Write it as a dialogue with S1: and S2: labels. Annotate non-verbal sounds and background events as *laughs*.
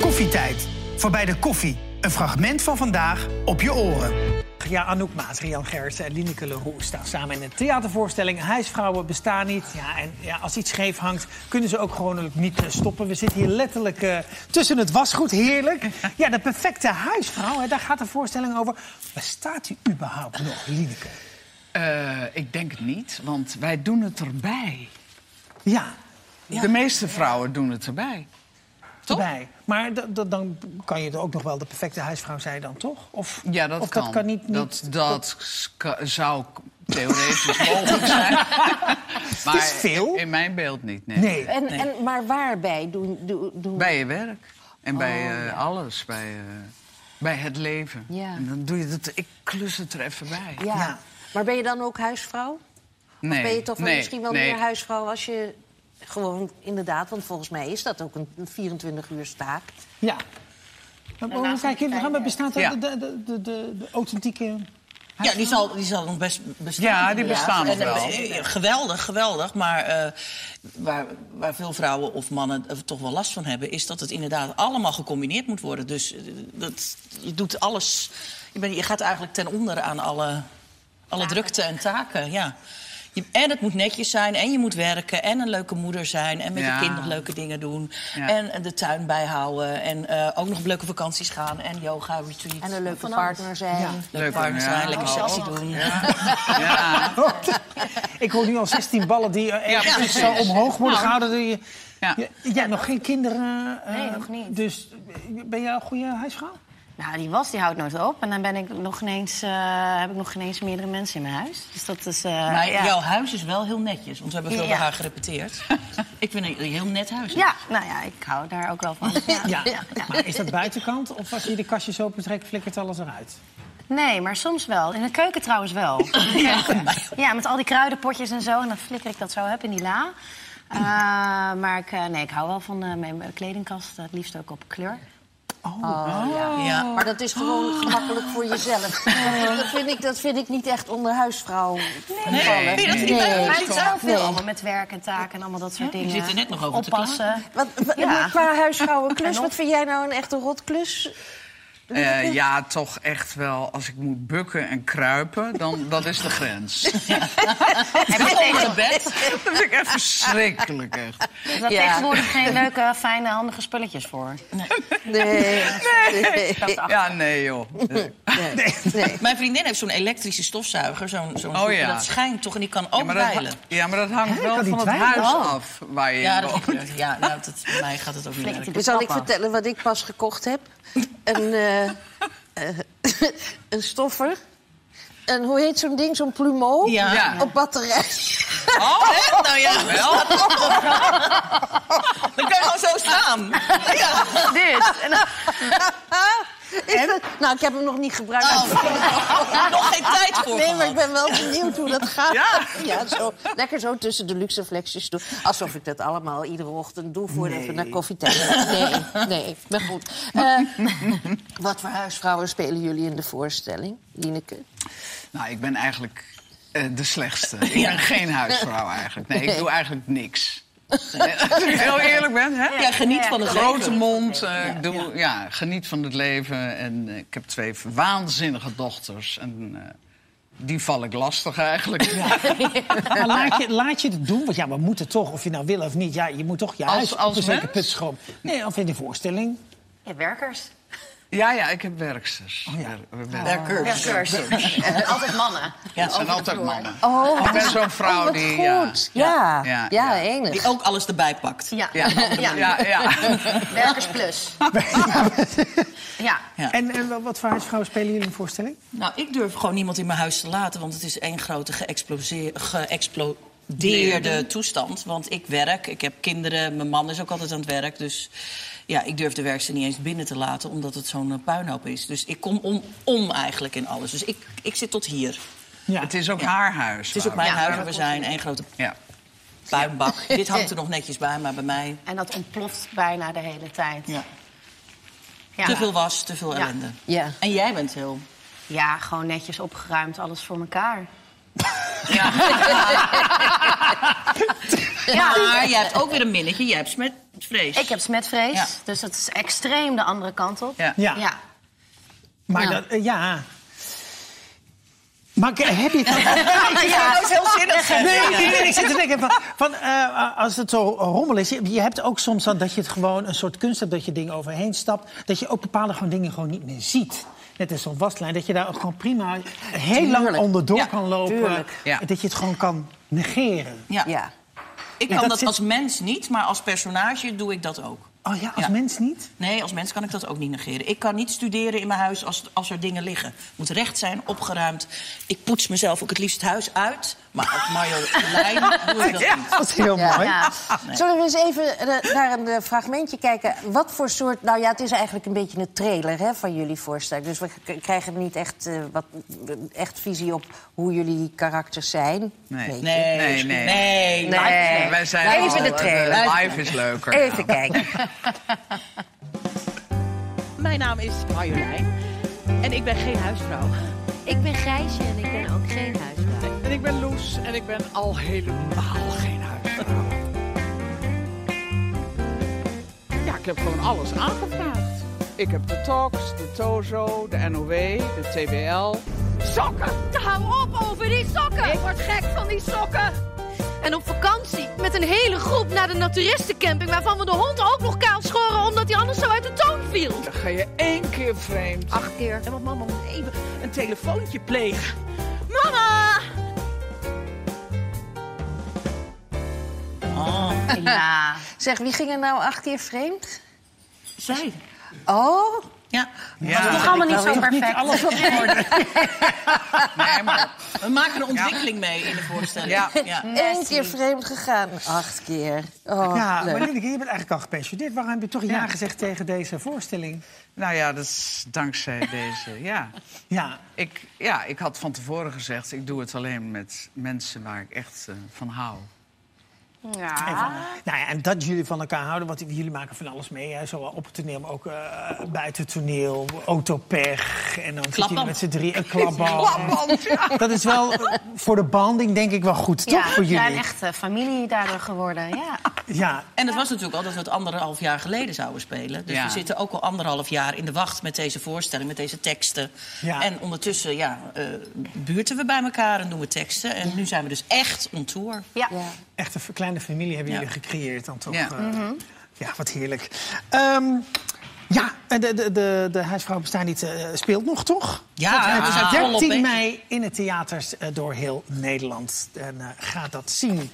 S1: Koffietijd. Voorbij de koffie. Een fragment van vandaag op je oren.
S2: Ja, Anouk Maas, Rian Gerritsen en Lineke Leroux staan samen in een theatervoorstelling. Huisvrouwen bestaan niet. Ja, en ja, als iets scheef hangt, kunnen ze ook gewoon niet eh, stoppen. We zitten hier letterlijk eh, tussen het wasgoed. Heerlijk. Ja, de perfecte huisvrouw, hè, daar gaat de voorstelling over. Bestaat u überhaupt nog, Lineke?
S3: Eh, ik denk het niet, want wij doen het erbij.
S2: Ja,
S3: De meeste vrouwen doen het erbij. Toch?
S2: erbij. Maar d- d- dan kan je er ook nog wel de perfecte huisvrouw zijn dan, toch? Of,
S3: Ja, dat
S2: of
S3: kan.
S2: dat kan niet... niet
S3: dat dat ska- zou theoretisch *laughs* mogelijk zijn. Maar
S2: is veel.
S3: in mijn beeld niet, nee.
S2: Nee.
S4: En, en, maar waarbij doen... doen, doen...
S3: Bij je werk en bij eh, alles, bij, eh, bij het leven.
S4: Ja.
S3: En dan doe je dat, ik klus het er even bij.
S4: Ja.
S2: Ja.
S4: Maar ben je dan ook huisvrouw?
S3: Nee,
S4: ben je toch wel
S3: nee,
S4: misschien wel
S3: nee.
S4: meer huisvrouw als je... Gewoon, inderdaad, want volgens mij is dat ook een 24-uur taak.
S2: Ja. Maar hoe kijk je er aan? Maar Bestaat
S3: eh, Ja.
S2: de, de, de, de, de
S3: *laughs*
S2: authentieke...
S5: Ja, die zal, die zal nog best bestaan.
S3: Ja, die bestaan nog
S5: En, eh,
S3: wel.
S5: eh, Geweldig, geweldig. Maar eh, waar, waar veel vrouwen of mannen er toch wel last van hebben... is dat het inderdaad allemaal gecombineerd moet worden. Dus eh, dat, je doet alles... Je, bent- je gaat eigenlijk ten onder aan alle, alle drukte en taken, ja. Je- en het moet netjes zijn, en je moet werken, en een leuke moeder zijn... en met
S3: Ja.
S5: je kind nog leuke dingen doen,
S3: Ja.
S5: en de tuin bijhouden... en eh, ook nog op leuke vakanties gaan, en yoga, retreat.
S4: En een leuke partner zijn.
S5: Leuk
S3: Leuk,
S5: partner
S3: ja.
S5: zijn, lekker
S3: Oh,
S5: sexy doen.
S3: Ja,
S2: Ik hoor nu al 16 ballen die eh, ergens
S3: Oh. precies. Nou.
S2: zo omhoog worden gehouden. door je-
S3: Ja.
S2: Je- Jij nog geen kinderen? eh,
S6: Nee, nog niet.
S2: Dus eh, ben jij een goede huisvrouw?
S6: Nou, die was die houdt nooit op. En dan ben ik nog ineens, eh, heb ik nog ineens meerdere mensen in mijn huis. Dus dat is. eh,
S5: *laughs* Maar
S6: ja.
S5: jouw huis is wel heel netjes, want we hebben veel
S6: Ja.
S5: bij haar
S6: *laughs*
S5: gerepeteerd. ik vind een heel net huis.
S6: ja, nou ja, ik hou daar ook
S5: *laughs*
S6: wel van. Ja.
S2: Maar is dat buitenkant? Of als je de kastjes opentrekt, flikkert alles
S3: *laughs*
S2: eruit?
S6: Nee, maar soms wel. In de keuken trouwens
S5: *laughs*
S6: wel. Ja, ja met al die kruidenpotjes en zo. En dan flikker ik dat zo heb in die la. Eh, maar ik, eh, nee, ik hou wel van eh, mijn mijn kledingkast. eh, Het liefst ook op kleur.
S5: Oh.
S6: Oh.
S5: Ja.
S4: Maar dat is gewoon gemakkelijk voor jezelf. Dat, vind ik, dat vind ik niet echt onder huisvrouw
S3: Nee.
S4: vallen.
S3: Nee,
S5: dat is niet
S6: Maar
S5: leuk.
S6: het is wel veel allemaal met werk en taken en allemaal dat soort dingen.
S5: zit er net nog over te
S6: Oppassen.
S4: Wat, wat,
S6: Ja.
S4: maar Qua huisvrouwenklus,
S6: En op-
S4: wat vind jij nou een echte rotklus?
S3: Eh, ja, toch echt wel. Als ik moet bukken en kruipen, dan *laughs* dat is de grens.
S6: Heb
S5: *laughs*
S6: je tegen-
S3: Dat vind ik echt verschrikkelijk, echt.
S6: Er zijn tegenwoordig geen leuke, fijne, handige spulletjes voor.
S4: Nee. Nee.
S3: Ja, nee, joh.
S4: Nee. nee.
S5: Mijn vriendin heeft zo'n elektrische stofzuiger, zo'n zo'n
S3: Oh, ja.
S5: dat schijnt toch, en die kan ook
S3: Ja, maar dat,
S5: dweilen.
S3: ha- ja, maar dat hangt wel
S2: kan die
S3: van het huis
S2: dweilen?
S3: af waar je
S5: Ja,
S3: in
S5: dat
S3: woont.
S5: is niet leuk. Ja, nou, dat, bij mij gaat het ook niet
S6: Flikkert
S5: werken.
S6: hij de
S4: Zal Dus ik
S6: trap af.
S4: vertellen wat ik pas gekocht
S5: *laughs*
S4: heb? Een, eh, *laughs* eh, een stoffer. En hoe heet zo'n ding? Zo'n plumeau?
S5: Ja.
S3: Ja.
S4: Op batterij. *laughs*
S5: Oh, hè? nou
S3: *laughs*
S5: ja, wel. Dan kan je gewoon zo
S3: *laughs*
S5: staan. Ja.
S6: Dit. En dan-
S4: Is dat- nou, ik heb hem nog niet gebruikt.
S5: Oh, nog geen tijd voor
S4: Nee, maar
S5: gehad.
S4: ik ben wel benieuwd hoe dat gaat. *laughs*
S3: Ja.
S4: zo, lekker zo tussen de luxe flexjes doen. Alsof ik dat allemaal iedere ochtend doe voordat we naar koffietijd gaan. Nee, nee, maar
S5: *laughs*
S4: goed. Eh, wat voor huisvrouwen spelen jullie in de voorstelling, Lineke?
S3: Nou, ik ben eigenlijk eh, de slechtste. Ik ben geen huisvrouw eigenlijk. Nee, ik doe eigenlijk niks. Als ik heel eerlijk ben, hè?
S5: *laughs* Ja, geniet van de
S3: Grote mond, eh, ik doe, ja. geniet van het leven. En eh, ik heb twee waanzinnige dochters. En eh, die val ik lastig eigenlijk. Nou.
S2: Maar laat je, laat je het doen? Want ja, we moeten toch, of je nou wil of niet... Ja, je moet toch je
S3: Als-
S2: huis
S3: als
S2: op een zekere
S3: mens?
S2: put schoon. Nee, of in de voorstelling.
S6: Ja, werkers.
S3: Ja, ja, ik heb werksters. Wer- wer-
S6: Werkers. Altijd mannen.
S5: Ja,
S3: Het zijn altijd mannen.
S4: Oh,
S3: Ik ben zo'n vrouw
S4: wat
S3: die... ja.
S4: goed. Ja, ja,
S3: ja,
S4: enig.
S5: Die ook alles erbij pakt.
S6: Ja.
S3: Ja, ja, ja.
S6: Werkers
S5: *laughs*
S6: plus. Ja.
S5: Ja.
S2: En, eh, wat voor huisvrouwen spelen jullie in de voorstelling?
S5: Nou, ik durf gewoon niemand in mijn huis te laten, want het is één grote geëxplose- geëxplodeerde toestand. Want ik werk, ik heb kinderen, mijn man is ook altijd aan het werk. Dus ja, ik durf de werkster niet eens binnen te laten, omdat het zo'n eh, puinhoop is. Dus ik kom om, om eigenlijk in alles. Dus ik, ik zit tot hier.
S2: Ja.
S3: Het is ook haar huis.
S5: Het is ook mijn
S6: Ja,
S5: huis
S6: dat
S5: en we zijn één grote
S3: Ja.
S5: puinbak. Dit hangt *laughs* er nog netjes bij, maar bij mij
S6: En dat ontploft bijna de hele tijd.
S5: Ja.
S6: Ja.
S5: te veel was, te veel
S6: Ja.
S5: ellende.
S4: Ja.
S5: En jij bent heel...
S6: Ja, gewoon netjes opgeruimd, alles voor elkaar.
S5: *laughs* Maar jij hebt ook weer een minnetje. Jij hebt smetvrees.
S6: Ik heb smetvrees,
S5: Ja.
S6: dus dat is extreem de andere kant op.
S5: Ja.
S2: Ja,
S6: *laughs* Ja.
S2: maar
S6: Nou.
S2: dat... eh, ja. Maar k- heb je dat...
S5: Ja, dat is heel zinnig.
S2: Nee, nee, nee, ik zit te denken van, van eh, als het zo rommel is. Je je hebt ook soms dan dat je het gewoon een soort kunst hebt dat je dingen overheen stapt. Dat je ook bepaalde gewoon dingen gewoon niet meer ziet. Net als zo'n waslijn, dat je daar ook gewoon prima heel lang
S4: Tuurlijk.
S2: onderdoor
S5: Ja,
S2: kan lopen.
S4: tuurlijk.
S3: Ja.
S2: Dat je het gewoon kan negeren.
S5: Ja.
S4: Ja.
S5: Ik
S2: dat
S5: kan dat
S2: zit-
S5: als mens niet, maar als personage doe ik dat ook.
S2: Oh ja, als
S5: Ja.
S2: mens niet?
S5: Nee, als mens kan ik dat ook niet negeren. Ik kan niet studeren in mijn huis als, als er dingen liggen. Het moet recht zijn, opgeruimd. Ik poets mezelf ook het liefst het huis uit. Maar als Marjolein doe ik dat niet.
S2: Dat is heel mooi.
S6: Ja.
S4: Zullen we eens even eh, naar een eh, fragmentje kijken? Wat voor soort... Nou ja, het is eigenlijk een beetje een trailer hè, van jullie voorstelling. Dus we k- krijgen niet echt, eh, wat, echt visie op hoe jullie karakters zijn.
S3: Nee.
S4: Weet je.
S5: Nee,
S3: Nee, nee.
S5: nee.
S4: Nee.
S3: Wij zijn
S4: Even
S3: al-
S4: de trailer.
S3: eh, Live is leuker.
S4: Even kijken.
S7: Mijn naam is Marjolein en ik ben geen huisvrouw.
S8: Ik ben Gijsje en ik ben ook geen huisvrouw.
S7: En ik ben Loes en ik ben al helemaal geen huisvrouw. Ja, ik heb gewoon alles aangevraagd. Ik heb de Talks, de Tozo, de NOW, de TBL.
S8: Sokken! Hou op over die sokken! Ik word gek van die sokken! En op vakantie met een hele groep naar de naturistencamping... waarvan we de hond ook nog kaal schoren omdat hij anders zo uit de toon viel.
S7: Dan ga je één keer vreemd.
S8: Acht keer.
S7: En want mama moet even een telefoontje plegen.
S8: Mama!
S6: Ja.
S4: Zeg, wie ging er nou acht keer vreemd?
S5: Zij.
S4: Oh,
S5: Ja.
S6: Nog allemaal niet zo perfect.
S3: Nee, maar
S5: We maken een ontwikkeling mee in de voorstelling. Ja.
S4: één keer vreemd gegaan. Acht keer. Oh,
S2: Ja,
S4: leuk.
S2: maar Lilleke, je bent eigenlijk al gepensioneerd. Waarom heb je toch ja, gezegd tegen deze voorstelling?
S3: nou ja, dat is dankzij deze. Ja.
S2: Ja,
S3: Ik, ja, ik had van tevoren gezegd, ik doe het alleen met mensen waar ik echt eh, van hou.
S2: En, van, nou ja, en dat jullie van elkaar houden, want jullie maken van alles mee. Hè? Zowel op het toneel, maar ook eh, buiten het toneel. Autopech. En dan zit je
S5: Klapband.
S2: met z'n drie een klapband. Dat is wel eh, voor de banding denk ik wel goed,
S6: Ja,
S2: toch? Voor
S6: ja, een
S2: jullie.
S6: echte eh, familie daardoor geworden. Ja.
S2: Ja,
S5: En het was natuurlijk al dat we het anderhalf jaar geleden zouden spelen. Dus
S3: Ja.
S5: we zitten ook al anderhalf jaar in de wacht met deze voorstelling, met deze teksten.
S2: Ja.
S5: En ondertussen ja, eh, buurten we bij elkaar en doen we teksten. En nu zijn we dus echt on tour.
S6: Ja.
S2: echt een f- kleine familie hebben
S5: Ja.
S2: jullie gecreëerd dan toch?
S3: Ja.
S2: eh, ja, wat heerlijk. Ehm, ja, en de, de, de, de huisvrouw bestaan niet eh, speelt nog, toch?
S5: Ja,
S2: Dat, eh,
S5: we zijn volop
S2: 13
S5: bezig.
S2: mei in de theaters eh, door heel Nederland. En eh, ga dat zien.